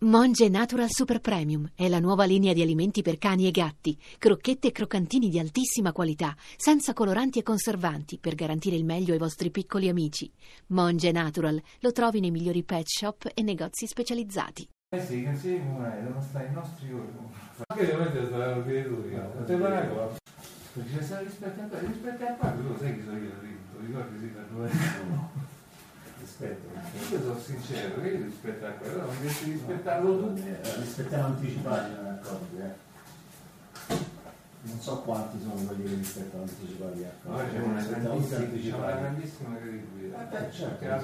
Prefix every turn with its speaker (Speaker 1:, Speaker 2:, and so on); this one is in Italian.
Speaker 1: Monge Natural Super Premium è la nuova linea di alimenti per cani e gatti, crocchette e croccantini di altissima qualità, senza coloranti e conservanti, per garantire il meglio ai vostri piccoli amici. Monge Natural lo trovi nei migliori pet shop e negozi specializzati.
Speaker 2: Questi i consigli comunali devono stare ai nostri ordini. Perché ovviamente dovevano dire lui, no? Non te lo raccomando. Perché ci sono rispetto a te, rispetto a qua, tu lo sai che sono io, Rinto, ricordi sì, per noi no. Rispetto. Io sono sincero, che io rispetto a quello, non devi rispettarlo tu.
Speaker 3: eh, Rispettiamo anticipati, non accordi, eh. Non so quanti sono quelli che rispettano anticipati, eh.
Speaker 2: Noi c'è una
Speaker 3: Rispettiamo tutti
Speaker 2: grandissima, c'è una
Speaker 3: anticipati.
Speaker 2: grandissima credibilità.
Speaker 3: Eh, beh, certo.
Speaker 2: Perché la